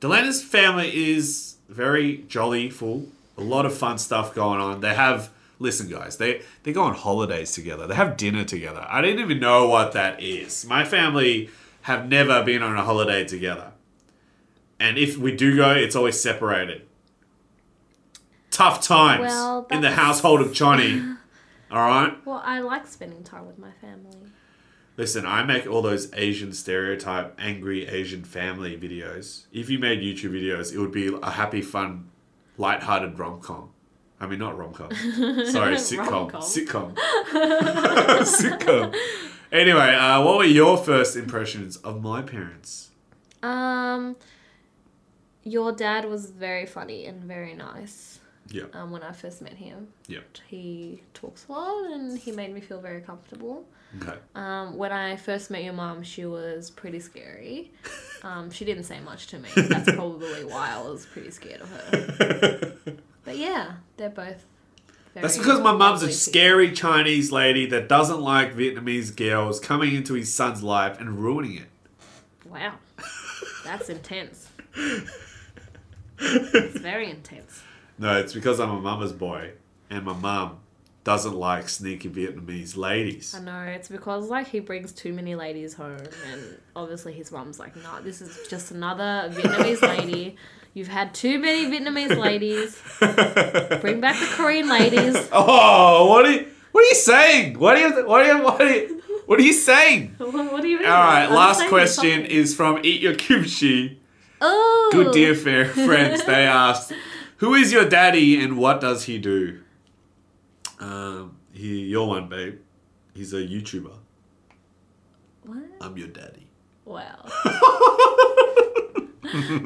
Speaker 2: Delana's family is very jolly, full, a lot of fun stuff going on. They have, listen, guys, they, they go on holidays together, they have dinner together. I didn't even know what that is. My family have never been on a holiday together. And if we do go, it's always separated. Tough times
Speaker 3: Well,
Speaker 2: in the
Speaker 3: that's-
Speaker 2: household of
Speaker 3: *laughs*
Speaker 2: Johnny. All right?
Speaker 3: Well, I like spending time with my family.
Speaker 2: Listen, I make all those Asian stereotype, angry Asian family videos. If you made YouTube videos, it would be a happy, fun, light-hearted rom-com. I mean, not
Speaker 3: *laughs*
Speaker 2: rom-com. Sorry, sitcom.
Speaker 3: Rom-com.
Speaker 2: Sitcom. *laughs* sitcom. Anyway, uh, what were your first impressions of my parents?
Speaker 3: Um, your dad was very funny and very nice.
Speaker 2: Yeah,
Speaker 3: Um, when I first met him,
Speaker 2: yeah,
Speaker 3: he talks a lot and he made me feel very comfortable.
Speaker 2: okay.
Speaker 3: Um, when I first met your mom, she was pretty
Speaker 2: *laughs*
Speaker 3: scary. Um, she didn't say much to me. That's probably why I was pretty scared of her.
Speaker 2: *laughs*
Speaker 3: But yeah, they're both. Very
Speaker 2: That's because my mum's a
Speaker 3: lovely
Speaker 2: scary Chinese lady that doesn't like Vietnamese girls coming into his son's life and ruining it.
Speaker 3: people. Wow,
Speaker 2: *laughs*
Speaker 3: that's intense. It's very intense.
Speaker 2: No, it's because I'm a mama's boy, and my mum doesn't like sneaky Vietnamese ladies.
Speaker 3: I know it's because like he brings too many ladies home, and obviously his mum's like, "No, this is just another Vietnamese lady. You've had too many
Speaker 2: *laughs*
Speaker 3: Vietnamese ladies. Bring back the
Speaker 2: *laughs*
Speaker 3: Korean ladies."
Speaker 2: Oh, what are you, what are you saying? What are you what are you, what are you, what are you saying?
Speaker 3: what what do you mean?
Speaker 2: All right,
Speaker 3: *laughs* I'm
Speaker 2: last
Speaker 3: saying
Speaker 2: question
Speaker 3: something.
Speaker 2: is from Eat Your Kimchi.
Speaker 3: Oh,
Speaker 2: Good dear fair friends,
Speaker 3: *laughs*
Speaker 2: they asked, "Who is your daddy and what does he do?" Um, he your one, babe. He's a YouTuber.
Speaker 3: What?
Speaker 2: I'm your daddy.
Speaker 3: Wow.
Speaker 2: Ew.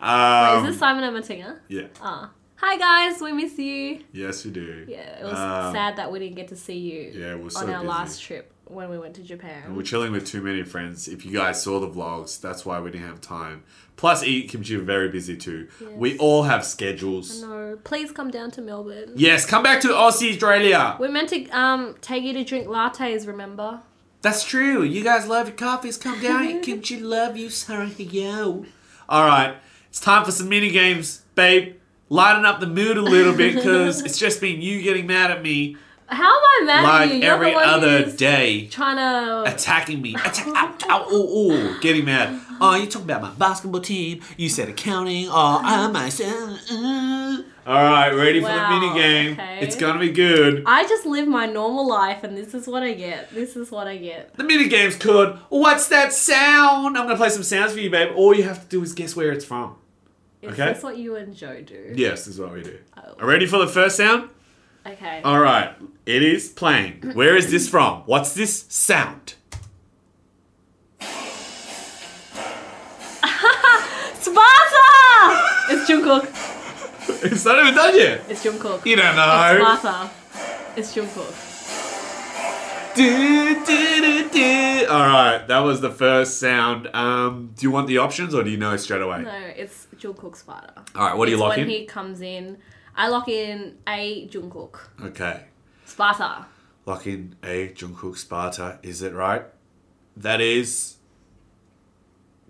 Speaker 2: Um,
Speaker 3: is this Simon and Matinga?
Speaker 2: yeah.
Speaker 3: Ah. Hi guys, we miss you.
Speaker 2: Yes, you do.
Speaker 3: Yeah, it was
Speaker 2: Um,
Speaker 3: sad that we didn't get to see you
Speaker 2: Yeah, we're so
Speaker 3: on our
Speaker 2: busy.
Speaker 3: last trip when we went to
Speaker 2: And We're
Speaker 3: Japan.
Speaker 2: chilling with too many friends. If you guys saw the vlogs, that's why we didn't have time. Plus, Eat Kimchi are very busy too. We
Speaker 3: Yes.
Speaker 2: all have schedules.
Speaker 3: No, please come down to Melbourne.
Speaker 2: Yes, come back to Aussie Australia.
Speaker 3: We're meant to um take you to drink lattes, remember?
Speaker 2: That's true. You guys love your coffees. Come down.
Speaker 3: *laughs*
Speaker 2: Eat Kimchi love you. Sorry, yo. All right, it's time for some mini
Speaker 3: *laughs*
Speaker 2: games, babe. Lighten up the mood a little bit because it's just been you getting mad at me
Speaker 3: How am I mad at
Speaker 2: like
Speaker 3: you? You're
Speaker 2: every
Speaker 3: the one
Speaker 2: other
Speaker 3: who's
Speaker 2: day,
Speaker 3: trying to.
Speaker 2: attacking me. Attack, ow, ow, ooh, ooh, getting mad. Oh, you talking about my basketball team? You said accounting. Oh, I myself. uh. All right, ready
Speaker 3: Wow,
Speaker 2: for the mini game?
Speaker 3: okay.
Speaker 2: It's gonna be good.
Speaker 3: I just live my normal life, and this is what I get. This is what I get.
Speaker 2: The mini game's called "What's That Sound?" I'm gonna play some sounds for you, babe. All you have to do is guess where it's from.
Speaker 3: Is
Speaker 2: Okay.
Speaker 3: this what you and Joe do?
Speaker 2: Yes, this is what we do.
Speaker 3: Oh.
Speaker 2: Are ready for the first sound?
Speaker 3: Okay.
Speaker 2: All right, it is playing. Where is this from? What's this sound? *laughs*
Speaker 3: Sparta! It's Jungkook.
Speaker 2: It's not even done yet.
Speaker 3: It's Jungkook.
Speaker 2: You don't
Speaker 3: It's
Speaker 2: know.
Speaker 3: Sparta. It's Jungkook.
Speaker 2: Do, do, do, do. All right, that was the first sound. Um, do you want the options or do you know straight away?
Speaker 3: No, it's Jungkook Sparta.
Speaker 2: All right, what do you
Speaker 3: It's
Speaker 2: lock
Speaker 3: when
Speaker 2: in?
Speaker 3: he comes in. I lock in a Jungkook.
Speaker 2: Okay,
Speaker 3: Sparta.
Speaker 2: lock in a Jungkook Sparta. Is it right? That is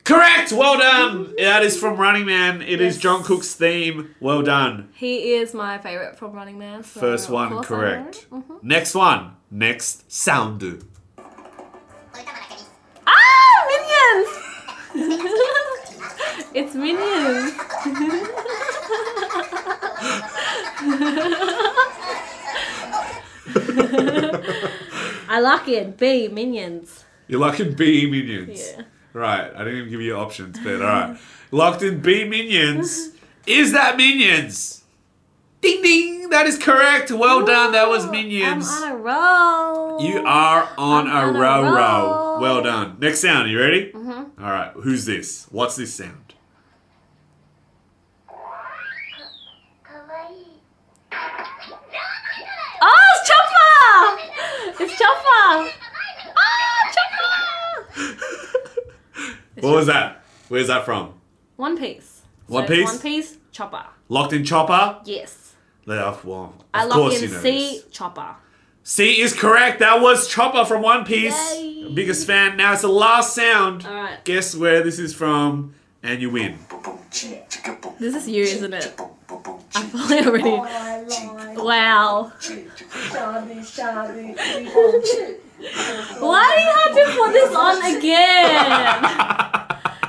Speaker 2: correct. Well done. that is from Running Man. It is
Speaker 3: Yes.
Speaker 2: John Cook's theme. Well done.
Speaker 3: He is my favorite from Running Man. So
Speaker 2: First
Speaker 3: of
Speaker 2: one
Speaker 3: course I
Speaker 2: correct.
Speaker 3: know. Mhm.
Speaker 2: Next one. Next sound. Do.
Speaker 3: Ah, Minions! *laughs* it's Minions. *laughs* I lock in B Minions.
Speaker 2: You're locking B minions.
Speaker 3: Yeah.
Speaker 2: Right. I didn't even give you options, but all right. *laughs* Locked in B minions. Is that minions? Ding ding. That is correct. Well done. That was
Speaker 3: Ooh,
Speaker 2: minions.
Speaker 3: I'm on a roll.
Speaker 2: you are on
Speaker 3: I'm on
Speaker 2: a
Speaker 3: a
Speaker 2: row row.
Speaker 3: roll.
Speaker 2: Well done. Next sound. you ready? Mm-hmm. All right. Who's this? What's this sound? *laughs*
Speaker 3: Oh, it's Chopper! It's Chopper! Oh, Chopper!
Speaker 2: What was that? Where's that from?
Speaker 3: One Piece. So
Speaker 2: One
Speaker 3: it's
Speaker 2: Piece?
Speaker 3: One Piece. Chopper.
Speaker 2: Locked in chopper.
Speaker 3: Yes.
Speaker 2: Yeah, well, of
Speaker 3: I lock
Speaker 2: course
Speaker 3: in
Speaker 2: you know
Speaker 3: C
Speaker 2: this.
Speaker 3: Chopper.
Speaker 2: C is correct. That was Chopper from One Piece.
Speaker 3: Yay.
Speaker 2: Biggest fan. Now it's the last sound.
Speaker 3: All right.
Speaker 2: Guess where this is from, and you win.
Speaker 3: This is you, isn't it? I fully already. Wow. Why do you have to put this on again?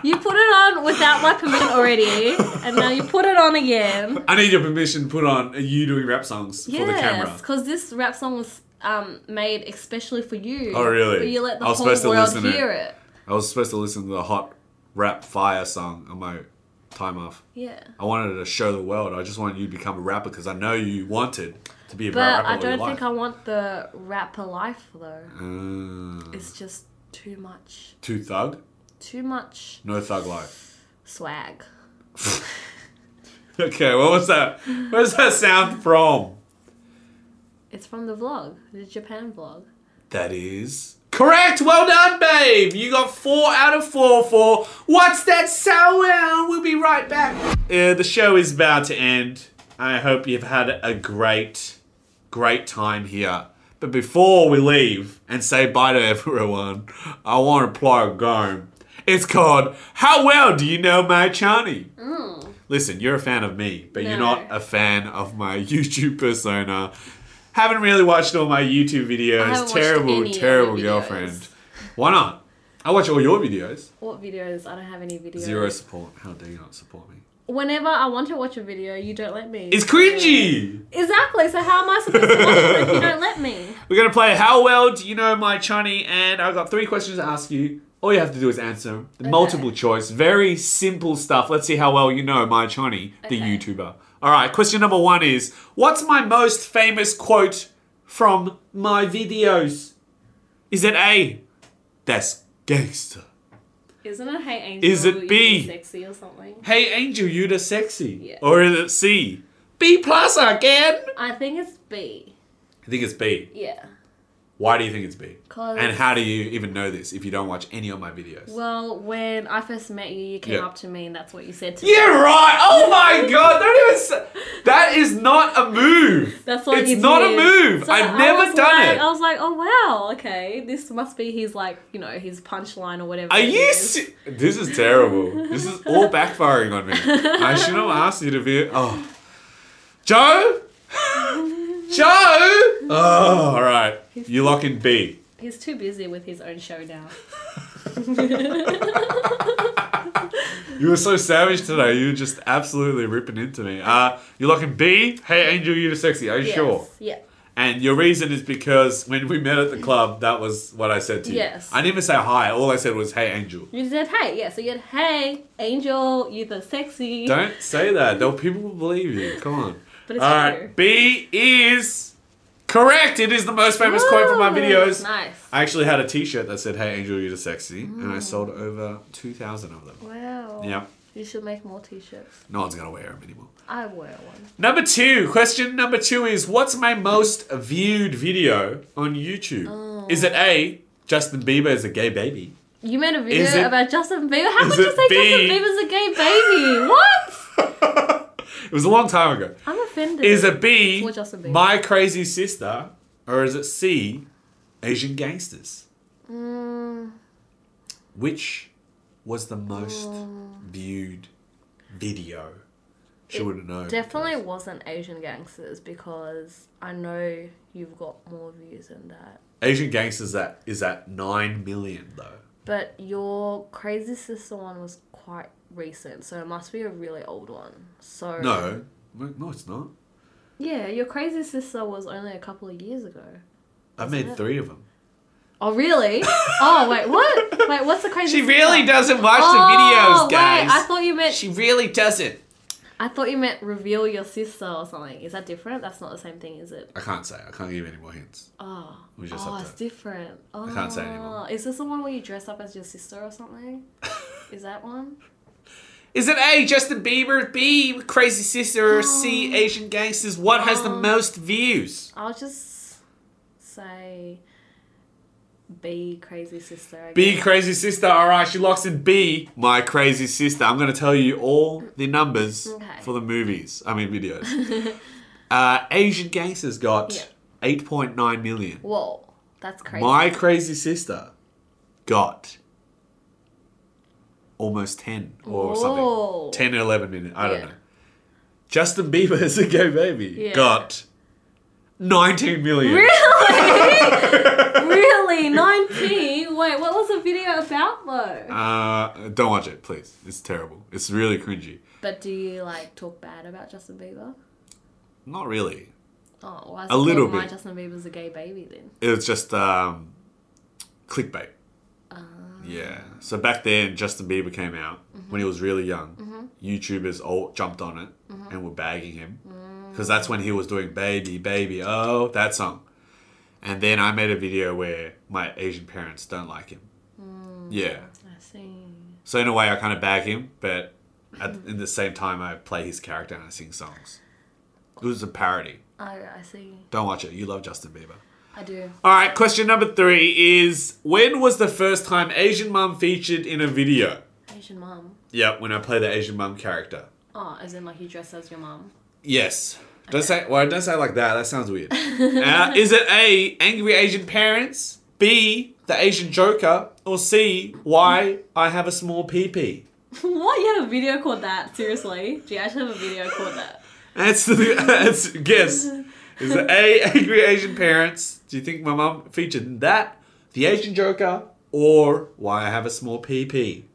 Speaker 3: You put it on without my permission already, and now you put it on again.
Speaker 2: I need your permission to put on you doing rap songs for the camera.
Speaker 3: Yes, because this rap song was um, made especially for you.
Speaker 2: Oh, really?
Speaker 3: But you let the
Speaker 2: I was
Speaker 3: whole
Speaker 2: supposed to
Speaker 3: world
Speaker 2: listen to it.
Speaker 3: hear it.
Speaker 2: I was supposed to listen to the hot rap fire song on my time off.
Speaker 3: Yeah.
Speaker 2: I wanted to show the world. I just wanted you to become a rapper because I know you wanted to be a
Speaker 3: But
Speaker 2: rapper.
Speaker 3: I
Speaker 2: all your
Speaker 3: don't think
Speaker 2: life.
Speaker 3: I want the rapper life though.
Speaker 2: Uh,
Speaker 3: It's just too much.
Speaker 2: too thug?
Speaker 3: Too much
Speaker 2: No thug life. *laughs*
Speaker 3: swag.
Speaker 2: Okay, what was that? Where's that sound from?
Speaker 3: It's from the vlog, the Japan vlog.
Speaker 2: That is correct. Well done, babe. You got four out of four for what's that sound? We'll be right back. Uh, the show is about to end. I hope you've had a great, great time here. But before we leave and say bye to everyone, I want to play a game. It's called How Well Do You Know My Chani? Listen, you're a fan of me, but you're
Speaker 3: No.
Speaker 2: not a fan of my *laughs* YouTube persona. Haven't really watched all my YouTube videos.
Speaker 3: I haven't watched
Speaker 2: terrible,
Speaker 3: any of
Speaker 2: terrible
Speaker 3: your
Speaker 2: girlfriend.
Speaker 3: videos.
Speaker 2: Why not? I watch all your videos.
Speaker 3: What videos? I don't have any videos.
Speaker 2: Zero support. How dare you not support me?
Speaker 3: Whenever I want to watch a video, you don't let me.
Speaker 2: It's cringy.
Speaker 3: exactly. So how am I supposed to watch it if you don't let me?
Speaker 2: We're gonna play How Well Do You Know My Chunny? And I've got three questions to ask you. All you have to do is answer them. Multiple choice, very simple stuff. Let's see how well you know my Chunny, the
Speaker 3: Okay.
Speaker 2: YouTuber. All right. Question number one is: What's my most famous quote from my videos? Is it A? That's gangster.
Speaker 3: Isn't it Hey Angel?
Speaker 2: Is it
Speaker 3: Will You
Speaker 2: B?
Speaker 3: Be Sexy or something?
Speaker 2: Hey Angel, you the sexy.
Speaker 3: Yeah.
Speaker 2: Or is it C? B plus again?
Speaker 3: I think it's B.
Speaker 2: I think it's B.
Speaker 3: Yeah.
Speaker 2: Why do you think it's B?
Speaker 3: 'Cause-
Speaker 2: And how do you even know this if you don't watch any of my videos?
Speaker 3: Well, when I first met you, you came
Speaker 2: Yeah.
Speaker 3: up to me and that's what you said to me.
Speaker 2: Yeah, right. Oh my god, don't even. Say, that is not a move.
Speaker 3: That's what
Speaker 2: It's
Speaker 3: you
Speaker 2: not a
Speaker 3: did.
Speaker 2: move. I've
Speaker 3: I
Speaker 2: never
Speaker 3: was
Speaker 2: done
Speaker 3: like-
Speaker 2: it.
Speaker 3: I was like, oh wow, okay, this must be his like, you know, his punchline or whatever.
Speaker 2: Are
Speaker 3: it
Speaker 2: you?
Speaker 3: is.
Speaker 2: Se- this is terrible. This is all backfiring on me. I should have asked you to be. Oh, *laughs* Joe. Joe. Oh, all right. You lock in B.
Speaker 3: He's too busy with his own show now.
Speaker 2: You were so savage today. You were just absolutely ripping into me. Uh, you lock in B. Hey, Angel, you're sexy. Are you
Speaker 3: Yes.
Speaker 2: sure?
Speaker 3: Yeah.
Speaker 2: And your reason is because when we met at the club, that was what I said to you.
Speaker 3: Yes.
Speaker 2: I didn't even say hi. All I said was, "Hey, Angel."
Speaker 3: You said hey, yeah. So you said hey, Angel, you the sexy.
Speaker 2: Don't say that. Though people will believe you. Come on.
Speaker 3: But it's
Speaker 2: All
Speaker 3: true.
Speaker 2: right. B is correct. It is the most famous quote from my
Speaker 3: Ooh,
Speaker 2: videos.
Speaker 3: Nice.
Speaker 2: I actually had a T-shirt that said, "Hey, Angel, you're sexy," and
Speaker 3: Mm.
Speaker 2: I sold over two thousand of them.
Speaker 3: Wow.
Speaker 2: Yeah.
Speaker 3: You should make more t-shirts.
Speaker 2: No one's gonna wear them anymore.
Speaker 3: I wear one.
Speaker 2: Number two, question number two is what's my most viewed video on YouTube?
Speaker 3: Oh.
Speaker 2: Is it A, Justin Bieber is a gay baby?
Speaker 3: You made a video
Speaker 2: Is it-
Speaker 3: about Justin Bieber. How
Speaker 2: is
Speaker 3: could you
Speaker 2: it
Speaker 3: say
Speaker 2: B?
Speaker 3: Justin Bieber's a gay
Speaker 2: *laughs*
Speaker 3: baby? What?
Speaker 2: it was a long time ago.
Speaker 3: I'm offended.
Speaker 2: Is it B,
Speaker 3: Or Justin Bieber.
Speaker 2: my crazy sister? Or is it C, Asian gangsters?
Speaker 3: Mm,
Speaker 2: Which was the most viewed video? She
Speaker 3: Oh. It
Speaker 2: wouldn't know.
Speaker 3: definitely wasn't Asian Gangsters because I know you've got more views than that.
Speaker 2: Asian gangsters that is at 9 million though.
Speaker 3: But your Crazy Sister one was quite recent, so it must be a really old one. So
Speaker 2: No. No, it's not.
Speaker 3: Yeah, your Crazy Sister was only a couple of years ago.
Speaker 2: I made
Speaker 3: it?
Speaker 2: three of them.
Speaker 3: Oh
Speaker 2: *laughs*
Speaker 3: really? oh wait, what? Wait, what's the Crazy?
Speaker 2: She
Speaker 3: Sister?
Speaker 2: really doesn't watch
Speaker 3: Oh,
Speaker 2: the videos, guys.
Speaker 3: Wait, I thought you meant
Speaker 2: She really doesn't.
Speaker 3: I thought you meant reveal your sister or something. Is that different? That's not the same thing, is it?
Speaker 2: I can't say. I can't give any more hints.
Speaker 3: Oh,
Speaker 2: We just
Speaker 3: oh,
Speaker 2: have
Speaker 3: it's
Speaker 2: to-
Speaker 3: different. Oh,
Speaker 2: can't say anymore.
Speaker 3: Is this the one where you dress up as your sister
Speaker 2: *laughs*
Speaker 3: or something? is that one?
Speaker 2: Is it A, Justin Bieber, B, Crazy Sister,
Speaker 3: Oh.
Speaker 2: or C, Asian Gangsters? What has the most views?
Speaker 3: I'll just say be crazy sister. I
Speaker 2: B,
Speaker 3: guess.
Speaker 2: Crazy Sister. All right, she locks in B, My Crazy Sister. I'm going to tell you all the numbers
Speaker 3: Okay.
Speaker 2: for the movies. I mean, videos. *laughs* uh, Asian Gangsters got
Speaker 3: Yeah.
Speaker 2: 8.9 million.
Speaker 3: Whoa, that's crazy.
Speaker 2: My Crazy Sister got almost 10 or
Speaker 3: Whoa.
Speaker 2: something. 10 or 11 minutes. I don't
Speaker 3: Yeah.
Speaker 2: know. Justin Bieber is a gay baby.
Speaker 3: Yeah.
Speaker 2: Got 19 million.
Speaker 3: Really?
Speaker 2: *laughs*
Speaker 3: really? 19? Wait, what was the video about though?
Speaker 2: Uh, don't watch it, please. It's terrible. It's really cringy.
Speaker 3: But do you like talk bad about Justin Bieber?
Speaker 2: Not really.
Speaker 3: Oh, well, I
Speaker 2: A little
Speaker 3: suppose my
Speaker 2: bit.
Speaker 3: Justin Bieber's a gay baby then.
Speaker 2: It was just um, clickbait. Yeah. So back then, Justin Bieber came out when he was really young. YouTubers all jumped on it and were bagging him because that's when he was doing "Baby, Baby, Oh" that song. And then I made a video where my Asian parents don't like him. Yeah.
Speaker 3: I see.
Speaker 2: So in a way, I kind of bag him, but at, in the same time, I play his character and I sing songs. It was a parody.
Speaker 3: I, I see.
Speaker 2: Don't watch it. You love Justin Bieber.
Speaker 3: I do.
Speaker 2: All right, question number three is When was the first time Asian mum featured in a video?
Speaker 3: Asian mom.
Speaker 2: Yep, when I play the Asian mum character.
Speaker 3: Oh, as in like you dress as your mom. *laughs*
Speaker 2: Yes. Don't say, well, don't say it like that. That sounds weird. *laughs* uh, is it A, Angry Asian Parents? B, The Asian Joker? Or C, Why I Have a Small Pee Pee?
Speaker 3: what? You have a video called that? Seriously? Do you actually have a video called that?
Speaker 2: Answer the answer, guess. Is it A, Angry Asian Parents? Do you think my mum featured in that? The Asian Joker? Or Why I Have a Small Pee
Speaker 3: *laughs*
Speaker 2: Pee?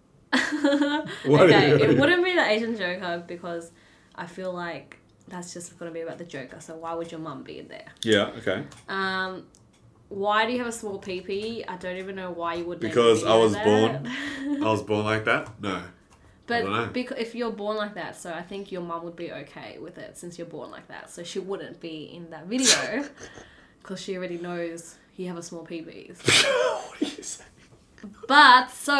Speaker 2: *laughs* What do
Speaker 3: okay,
Speaker 2: you-
Speaker 3: it wouldn't be the Asian Joker because I feel like that's just going to be about the Joker. So why would your mum be in there?
Speaker 2: Yeah, okay.
Speaker 3: Um, why do you have a small peepee? I don't even know why you would. make a
Speaker 2: Because I
Speaker 3: video
Speaker 2: was
Speaker 3: of *laughs*
Speaker 2: born.
Speaker 3: that.
Speaker 2: I was born like that? No. dunno.
Speaker 3: but because if you're born like that, so I think your mum would be okay with it since you're born like that. So she wouldn't be in
Speaker 2: *laughs*
Speaker 3: that video because she already knows you have a small peepees.
Speaker 2: *laughs* what are you saying?
Speaker 3: But so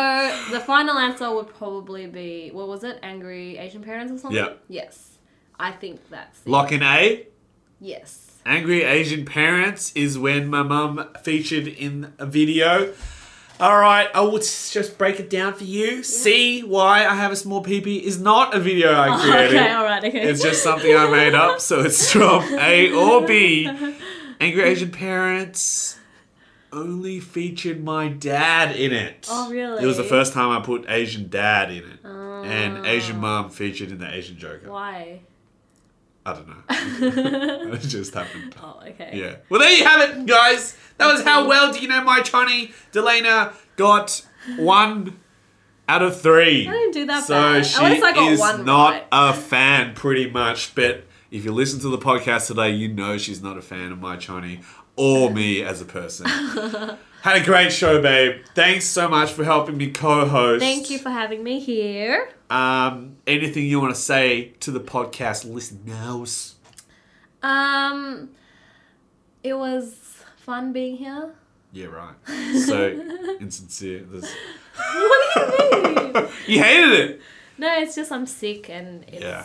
Speaker 3: the final answer would probably be what was it? Angry Asian parents or something?
Speaker 2: Yeah.
Speaker 3: Yes. I think that's it.
Speaker 2: Lock in A.
Speaker 3: yes.
Speaker 2: Angry Asian Parents is when my mum featured in a video. All right, I will s- just break it down for you. See why I have a small peepee is not a video I created.
Speaker 3: *laughs* okay, all right, okay.
Speaker 2: It's just something I made up, so it's from A or B. Angry Asian Parents only featured my dad in it.
Speaker 3: Oh, really?
Speaker 2: It was the first time I put
Speaker 3: Ah.
Speaker 2: Asian dad in it. And Asian mom featured in the Asian Joker.
Speaker 3: why?
Speaker 2: I don't know. *laughs* it just happened.
Speaker 3: Oh, okay.
Speaker 2: Yeah. Well, there you have it, guys. That was how well do you know my Johnny? Delana got one out of three. I
Speaker 3: didn't do that
Speaker 2: So
Speaker 3: bad. At
Speaker 2: she
Speaker 3: least I got
Speaker 2: is
Speaker 3: one
Speaker 2: not
Speaker 3: right.
Speaker 2: a fan, pretty much. But if you listen to the podcast today, you know she's not a fan of my Johnny or me as a
Speaker 3: *laughs*
Speaker 2: person. Had a great show, babe. Thanks so much for helping me co-host.
Speaker 3: Thank you for having me here.
Speaker 2: Um, anything you want to say to the podcast listeners?
Speaker 3: Um, it was fun being here.
Speaker 2: Yeah,
Speaker 3: *laughs*
Speaker 2: right. So insincere. There's-
Speaker 3: What do you mean?
Speaker 2: *laughs* You hated it.
Speaker 3: no, it's just I'm sick and it's
Speaker 2: Yeah.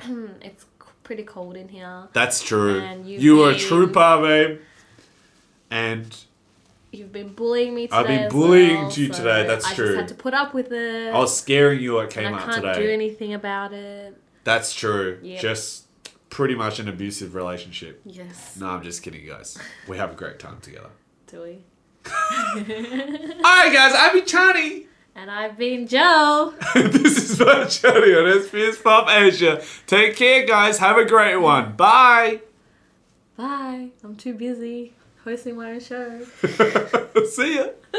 Speaker 3: *clears throat* it's c- pretty cold in here.
Speaker 2: That's true.
Speaker 3: And you've
Speaker 2: You were a
Speaker 3: been-
Speaker 2: trooper, babe. And
Speaker 3: You've been bullying me today.
Speaker 2: I've been
Speaker 3: as
Speaker 2: bullying
Speaker 3: well,
Speaker 2: you today, that's
Speaker 3: I
Speaker 2: true.
Speaker 3: just had to put up with it.
Speaker 2: I was scaring you at
Speaker 3: and I
Speaker 2: Kmart
Speaker 3: can't
Speaker 2: today.
Speaker 3: do anything about it.
Speaker 2: That's true.
Speaker 3: Yep.
Speaker 2: Just pretty much an abusive relationship.
Speaker 3: Yes,
Speaker 2: No, I'm just kidding, guys. We have a great time together.
Speaker 3: do we?
Speaker 2: All right, guys. I've been Chani.
Speaker 3: And I've been *laughs* Joe.
Speaker 2: *laughs* this is my Chani on SBS Pop Asia. Take care, guys. Have a great one. Bye. *laughs*
Speaker 3: Bye. I'm too busy hosting my own show.
Speaker 2: See ya.